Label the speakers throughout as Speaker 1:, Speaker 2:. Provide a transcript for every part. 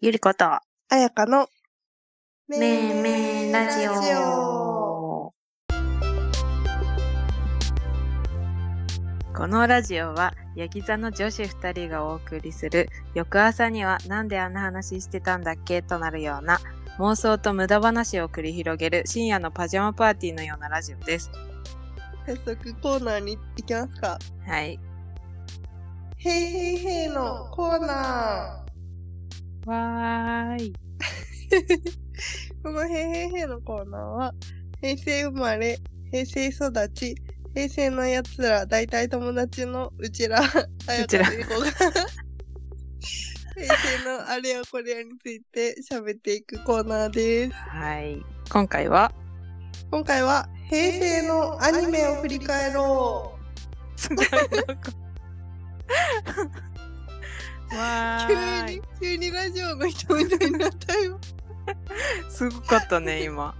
Speaker 1: ゆりこと、
Speaker 2: あやかの、め
Speaker 1: めいめいラジオ。このラジオは、ヤギ座の女子二人がお送りする、翌朝にはなんであんな話してたんだっけとなるような、妄想と無駄話を繰り広げる深夜のパジャマパーティーのようなラジオです。
Speaker 2: 早速コーナーに行きますか。
Speaker 1: はい。
Speaker 2: へいへいへいのコーナ
Speaker 1: わーい。
Speaker 2: ー。このへいへいへいのコーナーは、平成生まれ、平成育ち、平成のやつら、大体友達のうちら、あや
Speaker 1: ち
Speaker 2: からの子が、平成のあれやこれやについて喋っていくコーナーです。
Speaker 1: はい。今回は、
Speaker 2: 今回は、平成のアニメを振り返ろう。
Speaker 1: すごいなんかわーい。
Speaker 2: 急に、急にラジオの人みたいになったよ。
Speaker 1: すごかったね、今。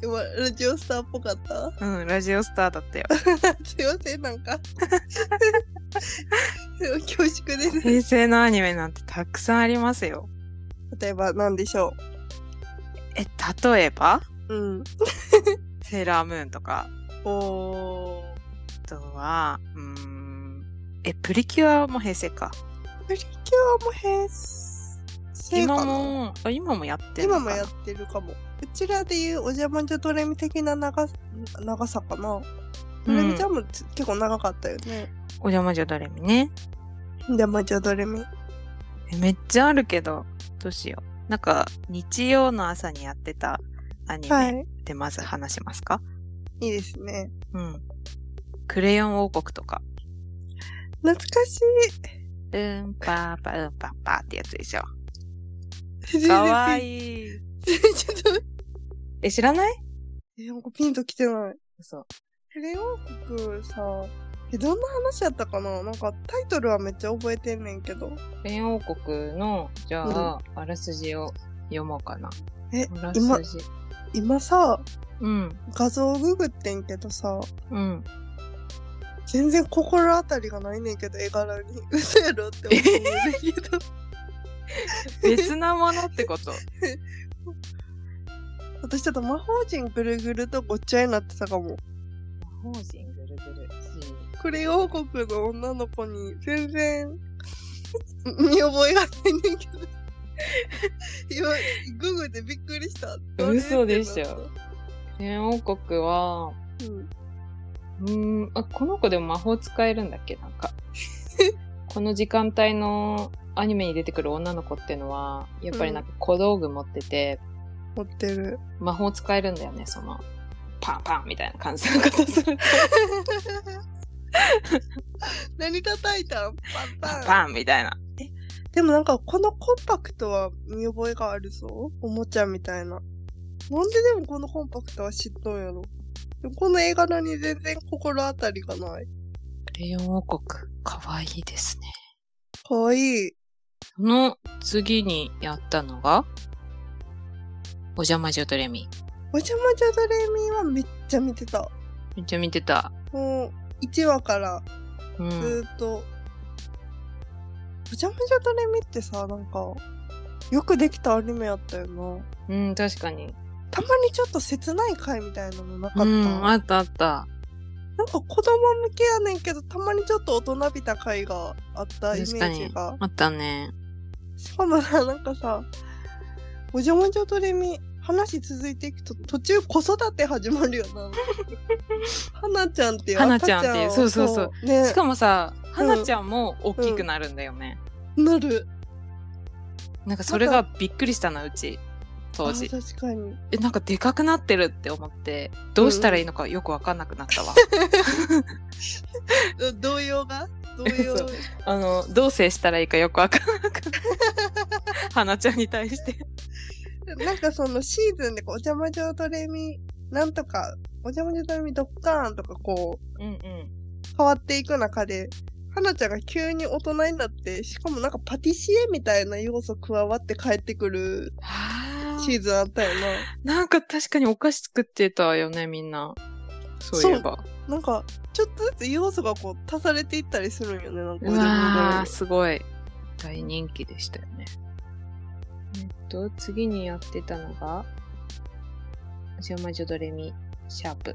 Speaker 2: 今ラジオスターっぽかった
Speaker 1: うん、ラジオスターだったよ。
Speaker 2: すいませんなん か恐縮です
Speaker 1: 平成のアニメなんてたくさんありますよ。
Speaker 2: 例えば何でしょ
Speaker 1: え、例えば
Speaker 2: ううん
Speaker 1: セーラームーンとか、
Speaker 2: お
Speaker 1: あとは、うーん、え、プリキュアも平成か。
Speaker 2: プリキュアも平成
Speaker 1: 今
Speaker 2: かな
Speaker 1: も、あ今もやってるの
Speaker 2: 今も
Speaker 1: かな
Speaker 2: やってるかもうちらでいうおじゃまじゃドレミ的な長さ長さかなドレミちゃんもつ、結構長かったよね
Speaker 1: お邪魔女ドレミね。
Speaker 2: おじゃまじゃドレミ
Speaker 1: えめっちゃあるけど、どうしよう。なんか、日曜の朝にやってたアニ
Speaker 2: は
Speaker 1: メ
Speaker 2: い
Speaker 1: でまず話しますか、
Speaker 2: いいですね
Speaker 1: うん。クレヨン王国とか、
Speaker 2: 懐かし
Speaker 1: うんぱーぱうんぱーぱーってやつでしょ。
Speaker 2: い
Speaker 1: かわ
Speaker 2: い
Speaker 1: いい。
Speaker 2: ちょっと
Speaker 1: え、知らない
Speaker 2: えなんかピンときてない
Speaker 1: 嘘。
Speaker 2: クレヨン国さ、え、どんな話やったかななんかタイトルはめっちゃ覚えてんねんけど。
Speaker 1: ペン王国の、じゃあ、あらすじを読もうかな。
Speaker 2: え
Speaker 1: あら
Speaker 2: 今
Speaker 1: すじ。
Speaker 2: 今さ、
Speaker 1: うん。
Speaker 2: 画像をググってんけどさ、
Speaker 1: うん。
Speaker 2: 全然心当たりがないねんけど、絵柄に。 嘘やろって思うんだけど。
Speaker 1: 別なものってこと。
Speaker 2: 私ちょっと魔法陣ぐるぐるとごっちゃになってたかも。
Speaker 1: 魔法陣ぐるぐる。
Speaker 2: クレヨン国の女の子に全然 見覚えがないねんけど。 今、ググってびっくりした。どれ
Speaker 1: 嘘でしょ
Speaker 2: ってなっ
Speaker 1: ペン王国は、
Speaker 2: たうん
Speaker 1: うーん、あ、この子でも魔法使えるんだっけなんか。この時間帯のアニメに出てくる女の子ってのは、やっぱりなんか小道具持ってて、
Speaker 2: 持ってる。
Speaker 1: 魔法使えるんだよね、その、パンパンみたいな感じのことする。
Speaker 2: 何叩いたんパンパン
Speaker 1: パンみたいな。
Speaker 2: でもなんかこのコンパクトは見覚えがあるぞおもちゃみたいななんででもこのコンパクトは知っとんやろでもこの絵柄に全然心当たりがない
Speaker 1: クレヨン王国、かわいいですね。
Speaker 2: かわいい
Speaker 1: その次にやったのが、お邪魔女ドレミ。
Speaker 2: おじゃまじゃドレミはめっちゃ見てた
Speaker 1: めっちゃ見てた。
Speaker 2: もう1話から
Speaker 1: う
Speaker 2: ず
Speaker 1: ん。
Speaker 2: ーっと、おじゃまじゃドレミってさなんかよくできたアニメやったよな
Speaker 1: うん、確かに。
Speaker 2: たまにちょっと切ない回みたいなのなかった、
Speaker 1: うん、あったあった。
Speaker 2: なんか子供向けやねんけど、たまにちょっと大人びた回があったイメ
Speaker 1: 確か
Speaker 2: ー
Speaker 1: に
Speaker 2: ジが。
Speaker 1: あったね。
Speaker 2: しかもさ、なんかさ、もじゃもじゃドレミ、話続いていくと途中子育て始まるよな。はなちゃんっていう
Speaker 1: は
Speaker 2: 赤
Speaker 1: な
Speaker 2: ち
Speaker 1: ちゃ
Speaker 2: ゃ
Speaker 1: ん
Speaker 2: ん
Speaker 1: っていうそうそうそう
Speaker 2: う。ね
Speaker 1: し、かもさ、はなちゃんも大きくなるんだよね。
Speaker 2: なる。
Speaker 1: なんかそれがびっくりしたな、うち。当時
Speaker 2: あ。確かに。
Speaker 1: え、なんかでかくなってるって思って、どうしたらいいのかよくわかんなくなったわ。
Speaker 2: ど動揺が動揺。
Speaker 1: そう あの、どう接したらいいかよくわかんなくなった。は なちゃんに対して。
Speaker 2: なんかそのシーズンでこうおじゃまじゃドレミ、なんとか、おじゃまじゃドレミドッカーンとかこう、
Speaker 1: うんうん。
Speaker 2: 変わっていく中で、はなちゃんが急に大人になって、しかもなんかパティシエみたいな要素加わって帰ってくる
Speaker 1: はー
Speaker 2: シーズンあったよ
Speaker 1: なんか確かにお菓子作ってたよね、みんな。そういえば。
Speaker 2: な。なんか、ちょっとずつ要素がこう足されていったりするんよね、なんか
Speaker 1: う
Speaker 2: おじゃま
Speaker 1: わ
Speaker 2: ど
Speaker 1: ー、すごい。大人気でしたよね。えっと、次にやってたのが、お邪魔女ドレミ、シャープ。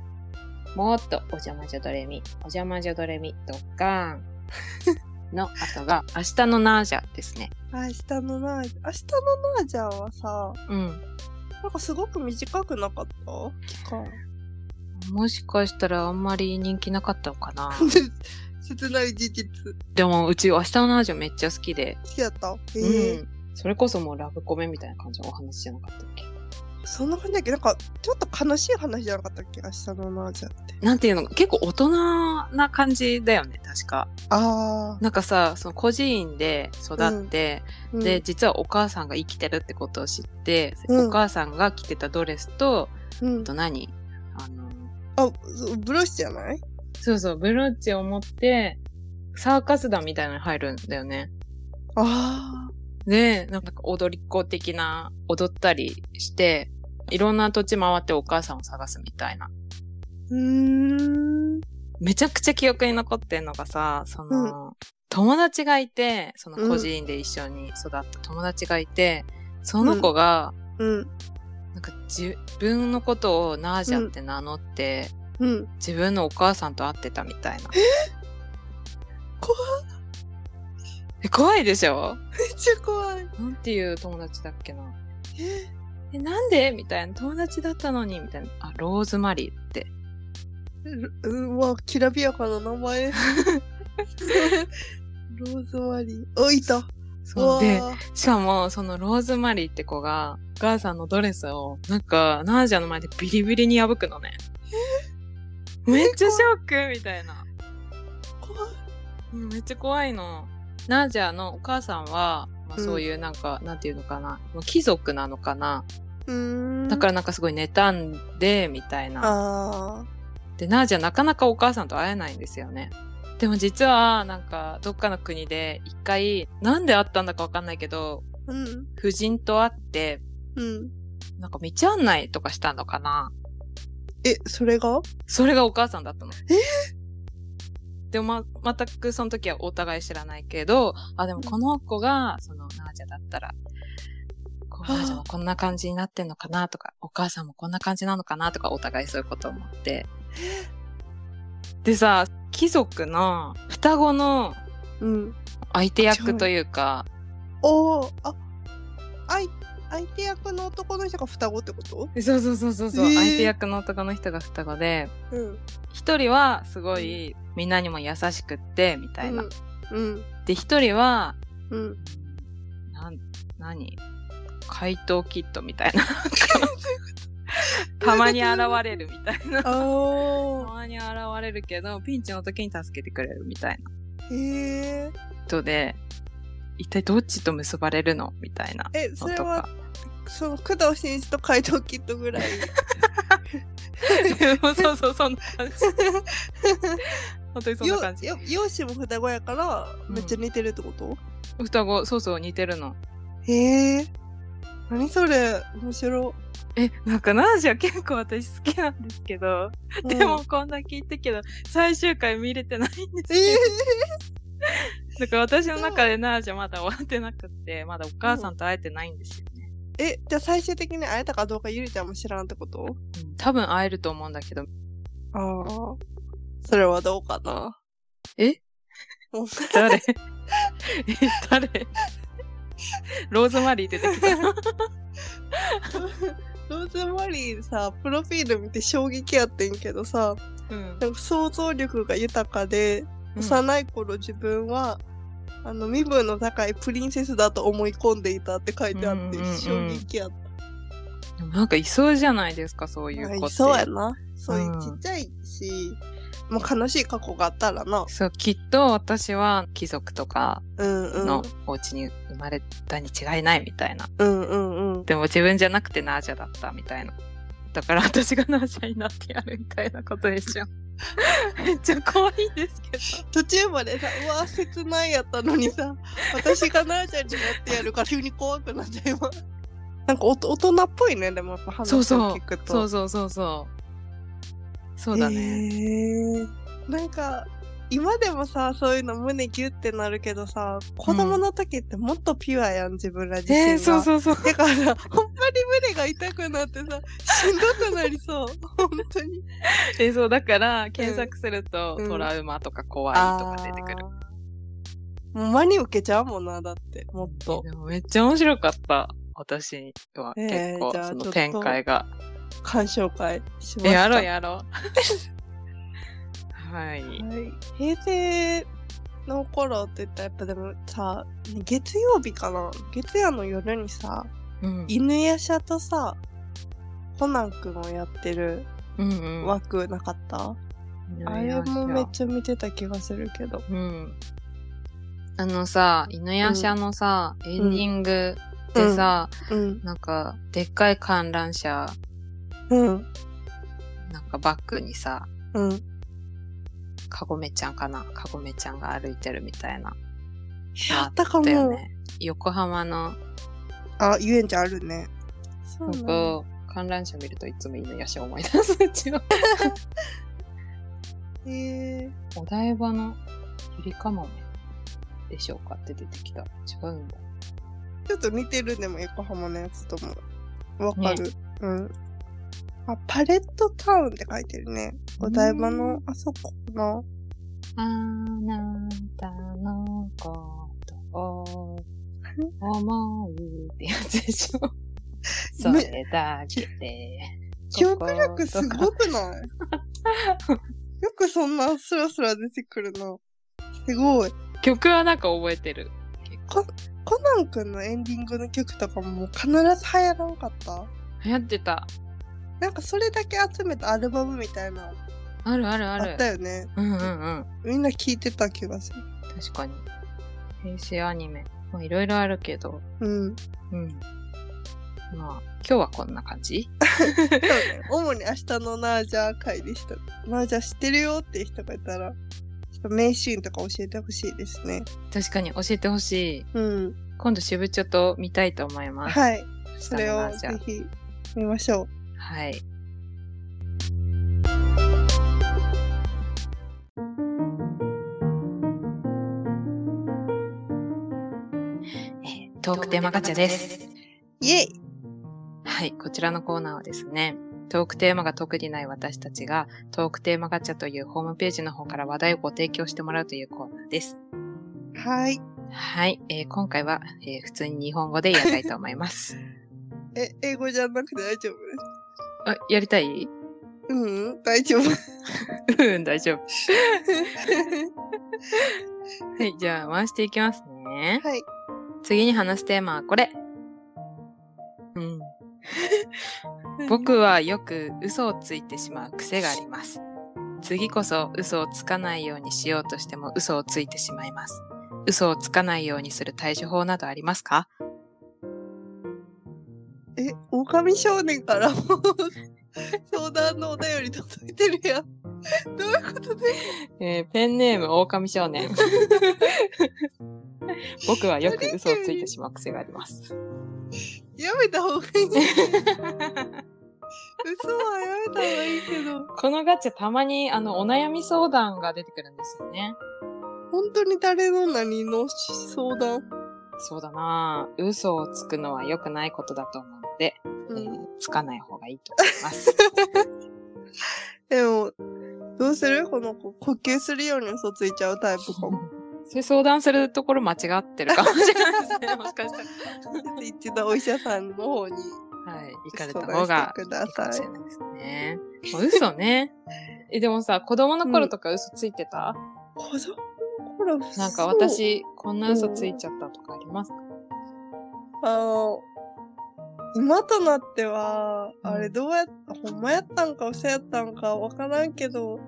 Speaker 1: もっとお邪魔女ドレミ、お邪魔女ドレミ、ドッカーン の後が、明日のナージャですね。
Speaker 2: 明日のナージャ、明日のナージャはさ、
Speaker 1: うん。
Speaker 2: なんかすごく短くなかった期間。
Speaker 1: もしかしたらあんまり人気なかったのかな
Speaker 2: 切ない事実。
Speaker 1: でも、うち明日のナージャめっちゃ好きで、
Speaker 2: 好きだったええ
Speaker 1: うん。それこそもうラブコメみたいな感じのお話じゃなかったっけ
Speaker 2: そんな感じだっけなんか、ちょっと悲しい話じゃなかったっけ明日のナージャって。
Speaker 1: なんていうの結構大人な感じだよね、確か。
Speaker 2: あ
Speaker 1: なんかさ、その孤児院で育って、
Speaker 2: あ。
Speaker 1: で、実はお母さんが生きてるってことを知って、
Speaker 2: うん
Speaker 1: お母さんが着てたドレスと、
Speaker 2: うん、う
Speaker 1: あ
Speaker 2: ん
Speaker 1: と何あの、
Speaker 2: あ、そうブロシじゃない
Speaker 1: そうそう、ブローチを持って、サーカス団みたいなのに入るんだよね。
Speaker 2: あ
Speaker 1: で、なんか踊り子的な踊ったりして、いろんな土地回ってお母さんを探すみたいな。
Speaker 2: ーうーん。
Speaker 1: めちゃくちゃ記憶に残ってんのがさ、その、友達がいて、その孤児院で一緒に育った友達がいて、その子が、
Speaker 2: うん。
Speaker 1: なんか自分のことをナージャって名乗って、
Speaker 2: うん。
Speaker 1: 自分のお母さんと会ってたみたいな。
Speaker 2: 怖
Speaker 1: え、怖いでしょ
Speaker 2: めっちゃ怖い。
Speaker 1: なんていう友達だっけな。
Speaker 2: え
Speaker 1: え、なんでみたいな。友達だったのにみたいな。あ、ローズマリーって。
Speaker 2: うん、うわ、きらびやかな名前。 ローズマリー。お、いた。
Speaker 1: そうで
Speaker 2: う、わー
Speaker 1: しかも、そのローズマリーって子が、お母さんのドレスを、なんか、ナージャの前でビリビリに破くのね。めっちゃショックみたいな。
Speaker 2: 怖い。
Speaker 1: うん、めっちゃ怖いの。ナージャのお母さんは、まあ、
Speaker 2: うん
Speaker 1: そういうなんか、なんていうのかな。もう貴族なのかな。
Speaker 2: うーん。
Speaker 1: だからなんかすごい妬んで、みたいな。
Speaker 2: あ
Speaker 1: で、ナージャなかなかお母さんと会えないんですよね。でも実は、なんか、どっかの国で、一回、なんで会ったんだかわかんないけど、
Speaker 2: あ。うん。
Speaker 1: 夫人と会って、
Speaker 2: うん。
Speaker 1: なんか道案内とかしたのかな
Speaker 2: え、それが
Speaker 1: それがお母さんだったの。えでもま、全くその時はお互い知らないけど、あ、でもこの子が、その、ナージャだったら、こう、
Speaker 2: はあ
Speaker 1: ナージャもこんな感じになってんのかなとか、お母さんもこんな感じなのかなとか、お互いそういうこと思って。でさ、貴族の双子の
Speaker 2: うん。
Speaker 1: 相手役というか、
Speaker 2: おー、あ、あい、相手役の男の人が双子ってこと
Speaker 1: そうそうそうそうそう、
Speaker 2: えー
Speaker 1: 相手役の男の人が双子で、
Speaker 2: うん。
Speaker 1: 一人はすごいみんなにも優しくって、みたいな。
Speaker 2: うん。
Speaker 1: で、一人は、
Speaker 2: うん。うん。
Speaker 1: なん、何怪盗キットみたい な。たまに現れるみたいな。
Speaker 2: あ
Speaker 1: た
Speaker 2: ー。
Speaker 1: まに現れるけど、ピンチの時に助けてくれるみたいな
Speaker 2: へえ。
Speaker 1: 人で、一体どっちと結ばれるのみたいな
Speaker 2: え、そ
Speaker 1: の
Speaker 2: れ
Speaker 1: と
Speaker 2: は
Speaker 1: か。、
Speaker 2: その、工藤新一と怪盗キッドぐらい。
Speaker 1: そうそう、そんな感じ。本当にそんな
Speaker 2: よ
Speaker 1: 感じ。
Speaker 2: よ容姿も双子やから、めっちゃ似てるってこと、
Speaker 1: 双子、そうそう、似てるの。
Speaker 2: へえ。何それ面白。
Speaker 1: え、なんかナージは結構私好きなんですけど、
Speaker 2: うん
Speaker 1: でも、こんだけ言ったけど、最終回見れてないんです
Speaker 2: え
Speaker 1: よ。
Speaker 2: ー、
Speaker 1: だから私の中でナージャまだ終わってなくって、まだお母さんと会えてないんですよ。
Speaker 2: え、じゃあ最終的に会えたかどうかゆりちゃんも知らんってこと
Speaker 1: 多分会えると思うんだけど。
Speaker 2: ああ。それはどうかな。
Speaker 1: え
Speaker 2: もう
Speaker 1: 誰え、誰ローズマリー出てきた。
Speaker 2: ローズマリーさ、プロフィール見て衝撃やってんけどさ、
Speaker 1: うん
Speaker 2: なんか想像力が豊かで、幼い頃自分は、あの、身分の高いプリンセスだと思い込んでいたって書いてあって、
Speaker 1: うんうんうん
Speaker 2: 衝撃やった。
Speaker 1: でもなんかいそうじゃないですか、そういう子って。
Speaker 2: あそうやな。そういううんちっちゃいし、もう悲しい過去があったらな。
Speaker 1: そう、きっと私は貴族とか
Speaker 2: うんうん。
Speaker 1: のお家に生まれたに違いないみたいな。
Speaker 2: うんうんうん。
Speaker 1: でも自分じゃなくてナージャだったみたいな。だから私がナージャになってやるみたいなこと でしょ。めっちゃ怖いんですけ
Speaker 2: 途
Speaker 1: ど。
Speaker 2: 中までさ、うわ、切ないやったのにさ、私がなーちゃんになってやるから急に怖くなっちゃいます。なんかおと大人っぽいね、でもやっぱ話
Speaker 1: そ
Speaker 2: を
Speaker 1: うそう
Speaker 2: 聞くと。
Speaker 1: そうそうそうそうそうだね、
Speaker 2: へーなんか、今でもさ、そういうの胸ギュってなるけどさ、子供の時ってもっとピュアやん、自分ら自身が。
Speaker 1: えー、そうそうそう。
Speaker 2: だからさ、ほんまに胸が痛くなってさ、しんどくなりそう。本当に。
Speaker 1: えーそう、だから、検索すると、
Speaker 2: うん
Speaker 1: トラウマとか怖いとか出てくる。
Speaker 2: あー。もう真に受けちゃうもんな、だって、もっと。
Speaker 1: でもめっちゃ面白かった。私は
Speaker 2: え
Speaker 1: 結
Speaker 2: ー
Speaker 1: 構、
Speaker 2: じゃあ
Speaker 1: そ
Speaker 2: ちょ
Speaker 1: の
Speaker 2: っと
Speaker 1: 展開が。
Speaker 2: 鑑賞会しました。
Speaker 1: やろう やろう。はい。
Speaker 2: はい平成の頃って言ったらやっぱでもさ、月曜日かな月曜の夜にさ、
Speaker 1: うん
Speaker 2: 犬夜叉とさ、コナン君をやってる
Speaker 1: うんうん。
Speaker 2: 枠なかった、あれもめっちゃ見てた気がするけど。
Speaker 1: うん。あのさ、犬夜叉のさ、エンディングでさ、
Speaker 2: うん。
Speaker 1: なんか、でっかい観覧車、
Speaker 2: うん。
Speaker 1: なんかバックにさ、
Speaker 2: うん。
Speaker 1: カゴメちゃんかなカゴメちゃんが歩いてるみたいな。
Speaker 2: やったか
Speaker 1: だよ
Speaker 2: も。
Speaker 1: ね。横浜の、
Speaker 2: あ、遊園地あるね。そうな
Speaker 1: 僕
Speaker 2: んだ
Speaker 1: 観覧車見るといつも犬夜叉思い出す。うちは。
Speaker 2: へえ
Speaker 1: お台場のゆりかもめでしょうかって出てきた。違うんだ。
Speaker 2: ちょっと似てるでも横浜のやつとも。わかる。うん。あ、パレットタウンって書いてるね。お台場
Speaker 1: う
Speaker 2: の、あそこかな。
Speaker 1: あなたのことを思うってやつでし ょ。それだけで。
Speaker 2: 記憶力す
Speaker 1: い。
Speaker 2: ごくない よくそんなスラスラ出てくるな。すごい。
Speaker 1: 曲はなんか覚えてる。
Speaker 2: コナン君のエンディングの曲とかももう必ず流行らんかった
Speaker 1: 流行ってた。
Speaker 2: なんかそれだけ集めたアルバムみたいなの
Speaker 1: あるあるあ
Speaker 2: あ
Speaker 1: る。
Speaker 2: ったよね。
Speaker 1: うんうんうん。
Speaker 2: みんな聞いてた気がする。
Speaker 1: 確かに。平成アニメ。まあいろいろあるけど。
Speaker 2: うん。
Speaker 1: うん。まあ、今日はこんな感じ
Speaker 2: そうね。主に明日のナージャー会でした。ナージャー知ってるよっていう人がいたら、ちょっと名シーンとか教えてほしいですね。
Speaker 1: 確かに教えてほしい。
Speaker 2: うん。
Speaker 1: 今度支部長と見たいと思います。
Speaker 2: はい。それを
Speaker 1: 明日のナージ
Speaker 2: ぜ
Speaker 1: ャ
Speaker 2: ひ見ましょう。
Speaker 1: はい。えートークテーマガチャです。
Speaker 2: イェイ
Speaker 1: はい、こちらのコーナーはですね、トークテーマが特にない私たちが、トークテーマガチャというホームページの方から話題をご提供してもらうというコーナーです。
Speaker 2: はい。
Speaker 1: はい、えー今回は、えー普通に日本語でやりたいと思います。
Speaker 2: え、英語じゃなくて大丈夫
Speaker 1: あやりたい
Speaker 2: うんうん、大丈夫。
Speaker 1: うん、大丈夫。はい、じゃあ回していきますね。
Speaker 2: はい。
Speaker 1: 次に話すテーマはこれ。うん。僕はよく嘘をついてしまう癖があります。次こそ嘘をつかないようにしようとしても嘘をついてしまいます。嘘をつかないようにする対処法などありますか
Speaker 2: え、狼少年からも相談のお便り届いてるやん。どういうことで
Speaker 1: えペンネーム狼少 年。僕は
Speaker 2: よく嘘をついて
Speaker 1: しまう癖があります。
Speaker 2: やめた方がい い。嘘はやめた方がいいけど。
Speaker 1: このガチャたまにあのお悩み相談が出てくるんですよね。
Speaker 2: 本当に誰の何の相談
Speaker 1: そうだなぁ嘘をつくのは良くないことだと思うので、
Speaker 2: う
Speaker 1: えー
Speaker 2: ん。
Speaker 1: つかない方がいいと思います。
Speaker 2: でも、どうするこの子、呼吸するように嘘ついちゃうタイプかも。
Speaker 1: それ相談するところ間違ってるかもしれないですね。もしかした
Speaker 2: 一度お医者さんの方に
Speaker 1: ら。はい。行かれた
Speaker 2: 相
Speaker 1: 方
Speaker 2: 談
Speaker 1: が
Speaker 2: してく
Speaker 1: い
Speaker 2: だ
Speaker 1: いかも
Speaker 2: さ
Speaker 1: し
Speaker 2: い
Speaker 1: れ。ないですね。もう嘘ね。え、でもさ、子供の頃とか嘘ついてた、
Speaker 2: 子供の頃
Speaker 1: なんか
Speaker 2: そう
Speaker 1: 私、こんな嘘ついちゃったとかありますか
Speaker 2: あの、今となっては、
Speaker 1: うん
Speaker 2: あれどうやっ、ほんまやったんか嘘やったんかわからんけど、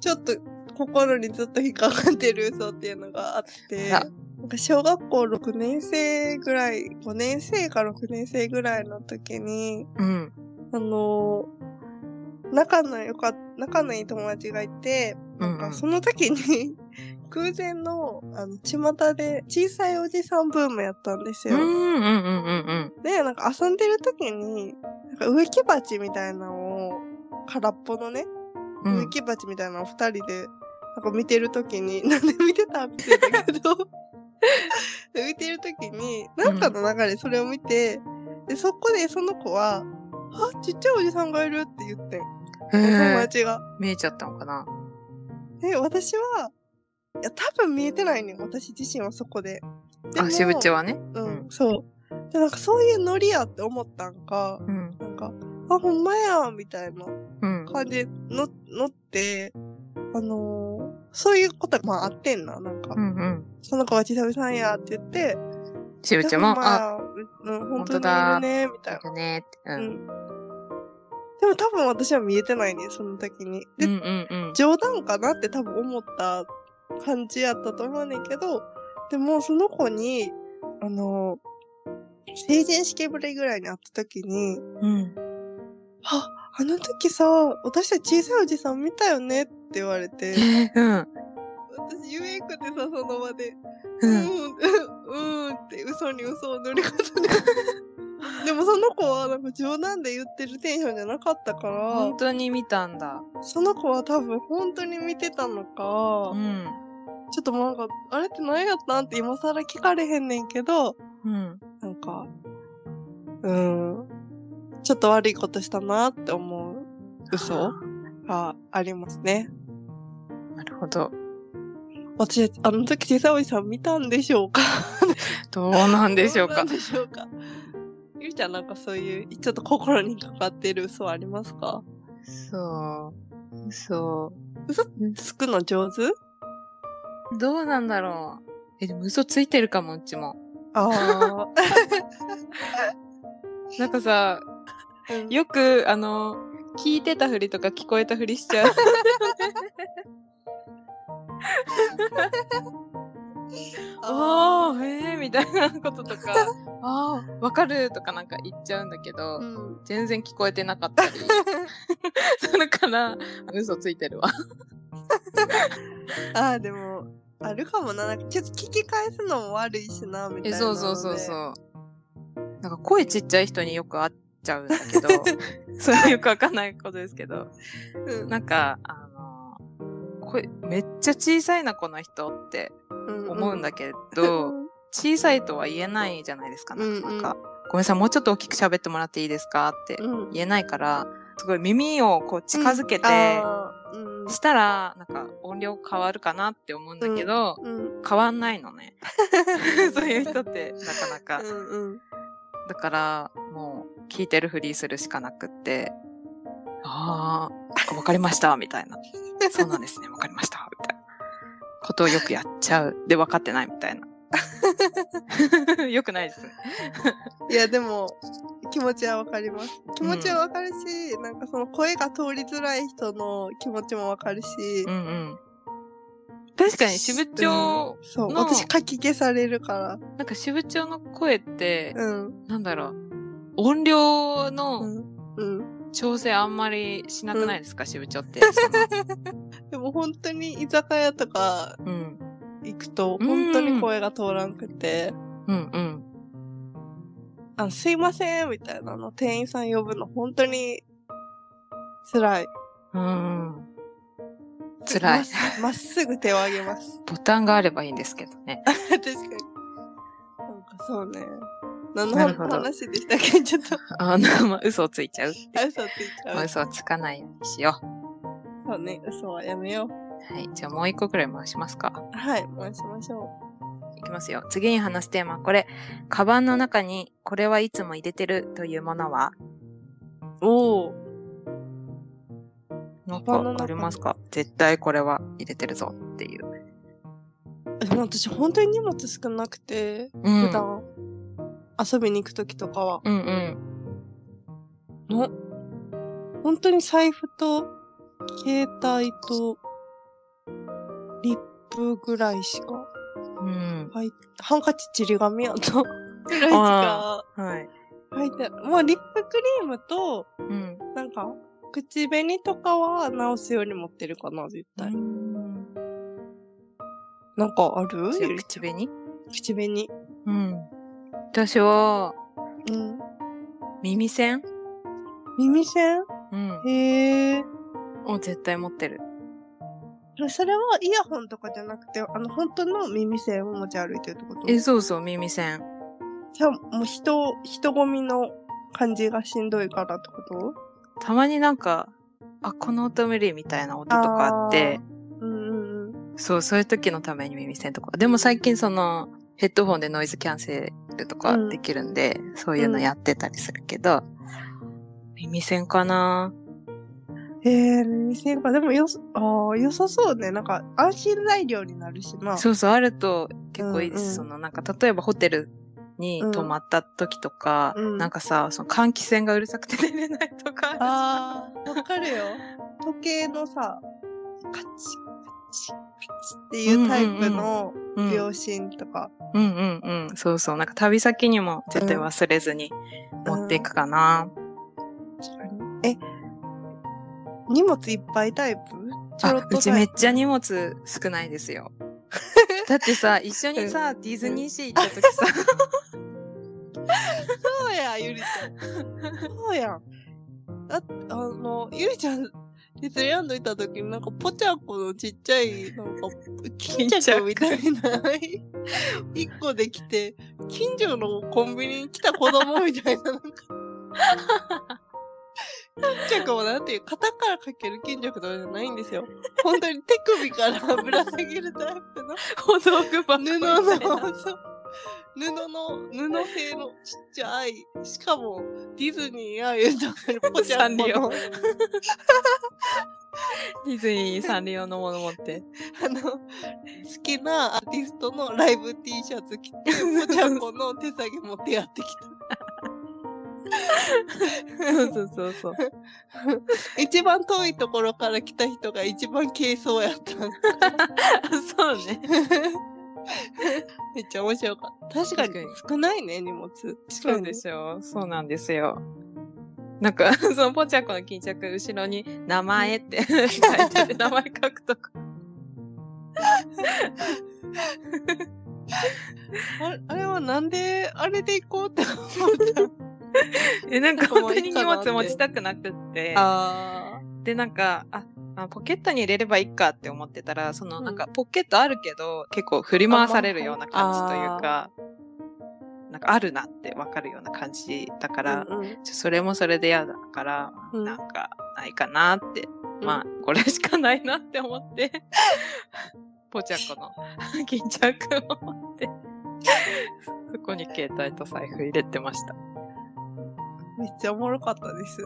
Speaker 2: ちょっと心にずっと引っかかってる嘘っていうのがあって、な
Speaker 1: あら
Speaker 2: んか小学校6年生ぐらい、5年生か6年生ぐらいの時に、
Speaker 1: うん。
Speaker 2: あの、仲の良かっ仲のいい友達がいて、なん
Speaker 1: うんう
Speaker 2: か
Speaker 1: ん
Speaker 2: その時 に空前の、あの、巷で小さいおじさんブームやったんです
Speaker 1: う
Speaker 2: よ。
Speaker 1: んうんうんうん
Speaker 2: で、なんか遊んでる時に、なんか植木鉢みたいなのを、空っぽのね、
Speaker 1: うん。う
Speaker 2: 植
Speaker 1: ん。
Speaker 2: 木鉢みたいなのを二人で、なんか見てるときに、 なんで見てたって言ってたけど、見てるときに、なんかの流れでそれを見て、で、そこでその子は、あ、ちっちゃいおじさんがいるって言ってん。
Speaker 1: へ
Speaker 2: お友
Speaker 1: え
Speaker 2: 達が。
Speaker 1: 見えちゃったのかな
Speaker 2: で、私は、いや、多分見えてないねん私自身はそこで。でも
Speaker 1: あ、しぶちはね。
Speaker 2: うん、そう。で、なんかそういうノリやって思ったんか、
Speaker 1: うん。
Speaker 2: なんか、あ、ほんまや、みたいな
Speaker 1: うん。
Speaker 2: 感じでの、乗って、あのーそういうことが、まあ、あってんな、なんか。
Speaker 1: うんうん。
Speaker 2: その子はちさみさんやって言って、
Speaker 1: しぶち
Speaker 2: も
Speaker 1: も、あ、
Speaker 2: うん、
Speaker 1: 本
Speaker 2: 本
Speaker 1: 当
Speaker 2: 当
Speaker 1: だ
Speaker 2: だ。いるね、みたい
Speaker 1: だねって。う。
Speaker 2: な。うんん。でも多分私は見えてないね、その時に。
Speaker 1: う
Speaker 2: で、
Speaker 1: んうんうん。
Speaker 2: 冗談かなって多分思った感じやったと思うねんけど、でもその子に、あの、成人式ぶりぐらいに会った時に、
Speaker 1: うん。
Speaker 2: あ、あの時さ、私たち小さいおじさん見たよねって言われて、
Speaker 1: うん。
Speaker 2: 私言えんくてさ、その場で。う
Speaker 1: うん。
Speaker 2: ん、うん、うんって嘘に嘘を塗り重 ねて。でもその子はなんか冗談で言ってるテンションじゃなかったか
Speaker 1: 本
Speaker 2: ら、
Speaker 1: 当に見たんだ。
Speaker 2: その子は多分本当に見てたのか、
Speaker 1: うん。
Speaker 2: ちょっともうなんか、あれって何やったんって今更聞かれへんねんけど、
Speaker 1: うん。
Speaker 2: なんか、うん、ちょっと悪いことしたなって思う嘘がありますね。
Speaker 1: なるほど。
Speaker 2: 私、あの時小さいおじさん見たんでしょうか
Speaker 1: どうなんでしょう
Speaker 2: どな
Speaker 1: か
Speaker 2: ん。でしょうか。ゆりちゃんなんかそういう、ちょっと心にかかってる嘘はありますか
Speaker 1: そう。そ
Speaker 2: つくの上手
Speaker 1: う。どうなんだろう。え、でも嘘ついてるかも、うちも。
Speaker 2: ああ。
Speaker 1: なんかさ、
Speaker 2: うん
Speaker 1: よく、あの、聞いてたふりとか聞こえたふりし ちゃう。ああ、へえ、みたいなことと か、ああ、わかるとかなんか言っちゃうんだけど、
Speaker 2: うん
Speaker 1: 全然聞こえてなかった り、するから、嘘ついてるわ。
Speaker 2: ああ、でも、あるかもな。なんかちょっと聞き返すのも悪いしな、みたい
Speaker 1: え、
Speaker 2: な。
Speaker 1: そうそうそうそ。う。なんか声ちっちゃい人によく会っちゃうんだけど、それはよくわかんないことですけど、
Speaker 2: うん。
Speaker 1: なんか、あの、声、めっちゃ小さいな、この人って思うんだけど、小さいとは言えないじゃないですか、なかなか。ごめんなさい、もうちょっと大きく喋ってもらっていいですかって
Speaker 2: うん。うん。
Speaker 1: 言えないから、すごい耳をこう近づけて、
Speaker 2: あーうん
Speaker 1: したら、なんか音量変わるかなって思うんだけど、
Speaker 2: うん。
Speaker 1: 変わんないの ね。そういう人ってなかなか。
Speaker 2: うんうん。
Speaker 1: だから、もう聞いてるふりするしかなくって、ああ、わかりました、みた いな。そうなんですね、わかりました、みたいな。ことをよくやっちゃう。で、分かってないみたい な。よくないですね。
Speaker 2: いや、でも、気持ちはわかります。気持ちはわかるし、なんかその声が通りづらい人の気持ちもわかるし、
Speaker 1: うんうん。確かに、支部長、
Speaker 2: そう、
Speaker 1: の
Speaker 2: 私書き消されるか
Speaker 1: なんか支部長の声って、
Speaker 2: ら。うん。
Speaker 1: なんだろう、音量
Speaker 2: う
Speaker 1: の
Speaker 2: ん。うん。
Speaker 1: 調整あんまりしなくないですか、支部長って。
Speaker 2: でも本当に居酒屋とか
Speaker 1: そのうん。
Speaker 2: 行くと、
Speaker 1: うん
Speaker 2: 本当に声が通らんくて、
Speaker 1: うんうん。
Speaker 2: あの、すいませんみたいなの、店員さん呼ぶの本当に辛い。
Speaker 1: うんうん。辛い
Speaker 2: まっす。まっすぐ手を挙げます。
Speaker 1: ボタンがあればいいんですけどね。
Speaker 2: 確かに。なんかそうね。何の
Speaker 1: なるほど
Speaker 2: 話でしたっけちょっと、
Speaker 1: あの、まあ、嘘をついちゃう。
Speaker 2: あ嘘ついち
Speaker 1: ま
Speaker 2: ゃ
Speaker 1: あ
Speaker 2: う。
Speaker 1: 嘘はつかないようにしよう。
Speaker 2: そうね、嘘はやめよ
Speaker 1: はい。じゃあもう一個くらい回しますか。
Speaker 2: う。はい、回しましょ
Speaker 1: いきますよ。次に話すテーマはこれ。カバンの中にこれはいつも入れてるというものは
Speaker 2: う。おお。
Speaker 1: なん
Speaker 2: カバンの
Speaker 1: か
Speaker 2: 中に
Speaker 1: ありますか絶対これは入れてるぞっていう。
Speaker 2: でも私本当に荷物少なくて、
Speaker 1: うん
Speaker 2: 普段遊びに行くときとかは、
Speaker 1: うんうん。
Speaker 2: の、本当に財布と、携帯と、リップぐらいしか、
Speaker 1: うん。
Speaker 2: はい、ハンカチちり紙やと、ぐらいし
Speaker 1: あ
Speaker 2: か
Speaker 1: はい。
Speaker 2: 入ってない。まあ、リップクリームと、
Speaker 1: うん。
Speaker 2: なんか、口紅とかは直すように持ってるかな、絶対。なんかある
Speaker 1: じゃあ
Speaker 2: ゆり
Speaker 1: 口紅
Speaker 2: 口紅。
Speaker 1: うん。私は、
Speaker 2: うん。
Speaker 1: 耳栓
Speaker 2: 耳栓
Speaker 1: うん。
Speaker 2: へえ。
Speaker 1: を絶対持ってる。
Speaker 2: それはイヤホンとかじゃなくて、あの、本当の耳栓を持ち歩いてるってこと
Speaker 1: え、そうそう、耳栓。
Speaker 2: じゃあ、もう人、人混みの感じがしんどいからってこと
Speaker 1: たまになんか、あ、この音無理みたいな音とかあって、
Speaker 2: あーうんうんうん。
Speaker 1: そう、そういう時のために耳栓とか。でも最近その、ヘッドホンでノイズキャンセルとかできるんで、そういうのやってたりするけど、耳栓かな
Speaker 2: えー、耳栓か。でもよそ、ああ、良さそうね。なんか、安心材料になるしな。
Speaker 1: そうそう、あると結構いいです。
Speaker 2: うんうん
Speaker 1: その、なんか、例えばホテルに泊まった時とか、
Speaker 2: うん
Speaker 1: なんかさ、その換気扇がうるさくて寝れないとか
Speaker 2: ああ、わかるよ。時計のさ、カチカチカチっていうタイプの
Speaker 1: るうん、
Speaker 2: 秒針とか。
Speaker 1: うんうんうん。そうそう。なんか旅先にも絶対忘れずに持っていくかな。
Speaker 2: え、荷物いっぱいタイプちょろ
Speaker 1: あ
Speaker 2: っ、
Speaker 1: う
Speaker 2: と
Speaker 1: ち
Speaker 2: タ
Speaker 1: め
Speaker 2: イ
Speaker 1: っ
Speaker 2: プ。
Speaker 1: ちゃ荷物少ないですよ。 だって さ、一緒にさ、ディズニーシー行った時さ、
Speaker 2: そうや、ゆりちゃん。そうやん。だって、あの、ゆりちゃん、ディズニーランド行った時になんかポチャコのちっちゃい、なんか、金
Speaker 1: ちゃ
Speaker 2: 着
Speaker 1: こ
Speaker 2: みたいな、一個できて、近所のコンビニに来た子供みたいな、なんか。金着もなんていう、肩からかける金着とかじゃないんですよ。本当に手首からぶら下げるタイプの。
Speaker 1: お道具箱
Speaker 2: 布
Speaker 1: み
Speaker 2: の
Speaker 1: たいな。
Speaker 2: そう布の布製のちっちゃいしかもディズニーやいうとかにポチャ
Speaker 1: サンリ
Speaker 2: ンコ
Speaker 1: オ
Speaker 2: の
Speaker 1: ディズニーサンリオのもの持って。
Speaker 2: あの好きなアーティストのライブ T シャツ着てポチャンコの手提げ持ってやってき
Speaker 1: そうそうそうそう。
Speaker 2: た一番遠いところから来た人が一番軽装やった
Speaker 1: そうね。
Speaker 2: めっちゃ面白かった確か
Speaker 1: 確
Speaker 2: に
Speaker 1: かに
Speaker 2: 少ないね荷物
Speaker 1: そうで
Speaker 2: し
Speaker 1: しょう。そうなんですよ。なんか、そのポチャコの巾着、後ろに名前って書いてて、名前書くとか。
Speaker 2: あれあれはなんであれで行こうって思っ
Speaker 1: え、なんか本当に荷物持ちたくなくって
Speaker 2: た。あ
Speaker 1: で、なんか、あ、あポケットに入れればいいかって思ってたら、その、
Speaker 2: うん
Speaker 1: なんかポケットあるけど、結構振り回されるような感じというか、なんかあるなってわかるような感じだから、
Speaker 2: うんうん
Speaker 1: ちょそれもそれで嫌だから、
Speaker 2: うん
Speaker 1: なんかないかなって、まあ、これしかないなって思って、 ポチャコの 巾着を持って、そこに携帯と財布入れてました。
Speaker 2: めっちゃおもろかったです。
Speaker 1: う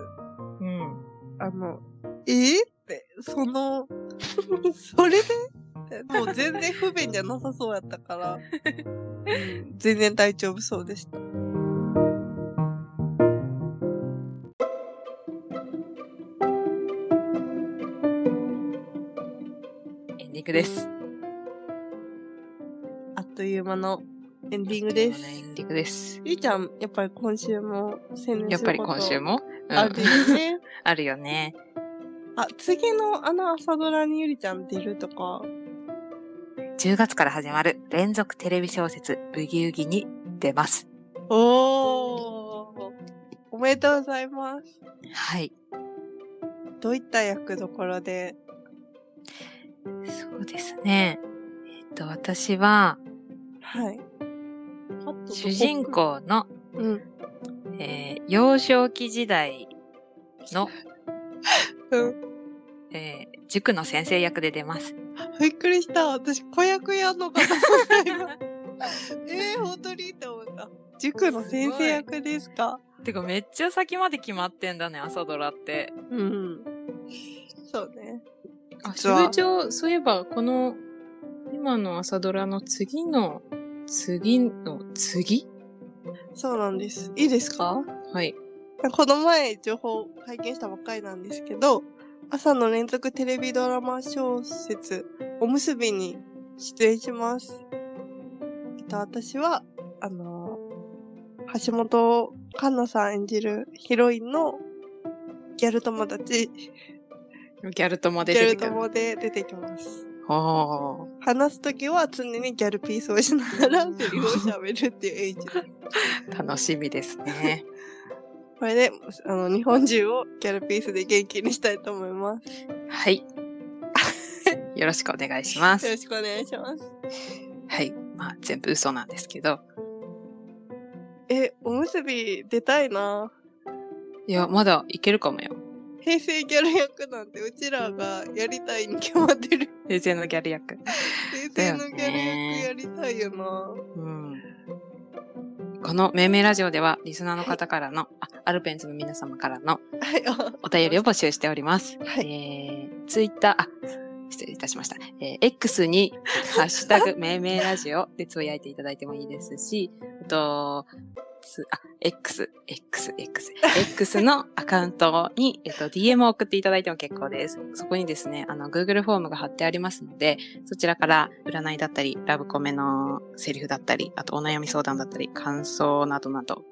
Speaker 1: ん。
Speaker 2: あの、えー、って、その、それでもう全然不便じゃなさそうやった から、うん全然大丈夫そうでした。
Speaker 1: エンディングです。
Speaker 2: あっという間のエンディングで
Speaker 1: エ
Speaker 2: す。
Speaker 1: ンディングです。
Speaker 2: ゆいちゃん、やっぱり今週も宣伝
Speaker 1: やっ
Speaker 2: する
Speaker 1: ぱり
Speaker 2: こと
Speaker 1: 今週も、うん
Speaker 2: あるよね。
Speaker 1: あるよね。
Speaker 2: あ、次のあの朝ドラにゆりちゃん出るとか、
Speaker 1: 10月から始まる連続テレビ小説ブギウギに出ます。
Speaker 2: おー、おめでとうございます。
Speaker 1: はい。
Speaker 2: どういった役どころで、
Speaker 1: そうですね。えっと、私は
Speaker 2: はい。
Speaker 1: 主人。公の、
Speaker 2: うん。
Speaker 1: えー幼少期時代の、
Speaker 2: う
Speaker 1: えー塾の先生役で出ます。
Speaker 2: びっくりした。私、子役やんのかな えー、本当にって思った。塾の先生役ですか
Speaker 1: てかめっちゃ先まで決まってんだね、朝ドラって。
Speaker 2: うん。そうね。
Speaker 1: あ、
Speaker 2: 実は
Speaker 1: 通常、そういえばこの、今の朝ドラの次の、次の、次
Speaker 2: そうなんです。いいですか
Speaker 1: はい。
Speaker 2: この前、情報拝見したばっかりなんですけど、朝の連続テレビドラマ小説、おむすびに出演します。えっと、私は、あのー橋本環奈さん演じるヒロインのギャル友達、
Speaker 1: ギャル友で
Speaker 2: ギャ
Speaker 1: 出
Speaker 2: ル
Speaker 1: てくる。
Speaker 2: 友で出てきます。
Speaker 1: おー
Speaker 2: 話すときは常にギャルピースをしなが らセリフを喋るっていう演じです。
Speaker 1: 楽しみです ね。
Speaker 2: これで、あの、 日本中をギャルピースで元気にしたいと思います。
Speaker 1: はい。よろしくお願いしま
Speaker 2: よろ
Speaker 1: す。
Speaker 2: しくお願いします。
Speaker 1: はい。まあ、全部嘘なんですけど。
Speaker 2: え、おむすび出たいな。
Speaker 1: いや、まだいけるかもよ。
Speaker 2: 平成ギャル役なんてうちらがやりたいに決まってる。
Speaker 1: 平成のギャル役。
Speaker 2: 平成のギャル役やりたいよな。
Speaker 1: うん。この命名ラジオでは、リスナーの方からの、あ、アルペンズの皆様からの
Speaker 2: はい、あ
Speaker 1: お便りを募集しております。
Speaker 2: はい
Speaker 1: えー、ツイッター、あ、失礼いたしました。えー X に、ハッシュタグ、命名ラジオでつぶやいていただいてもいいですし、あと、つあ、X、X、X、X のアカウントに、えっと、DM を送っていただいても結構です。そこにですね、あの、Google フォームが貼ってありますので、そちらから占いだったり、ラブコメのセリフだったり、あとお悩み相談だったり、感想などなど、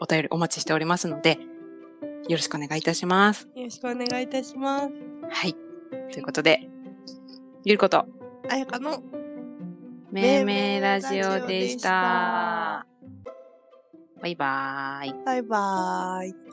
Speaker 1: お便りお待ちしておりますので、よろしくお願いいたします。
Speaker 2: よろしくお願いいたします。
Speaker 1: はい。ということで、ゆること、
Speaker 2: あやかの、め
Speaker 1: め
Speaker 2: い
Speaker 1: いめ
Speaker 2: め
Speaker 1: い
Speaker 2: い
Speaker 1: ラ
Speaker 2: ラ
Speaker 1: ジ
Speaker 2: ジ
Speaker 1: オ
Speaker 2: オ
Speaker 1: で
Speaker 2: で
Speaker 1: し
Speaker 2: したた。
Speaker 1: バイバーイ。
Speaker 2: バイバーイ。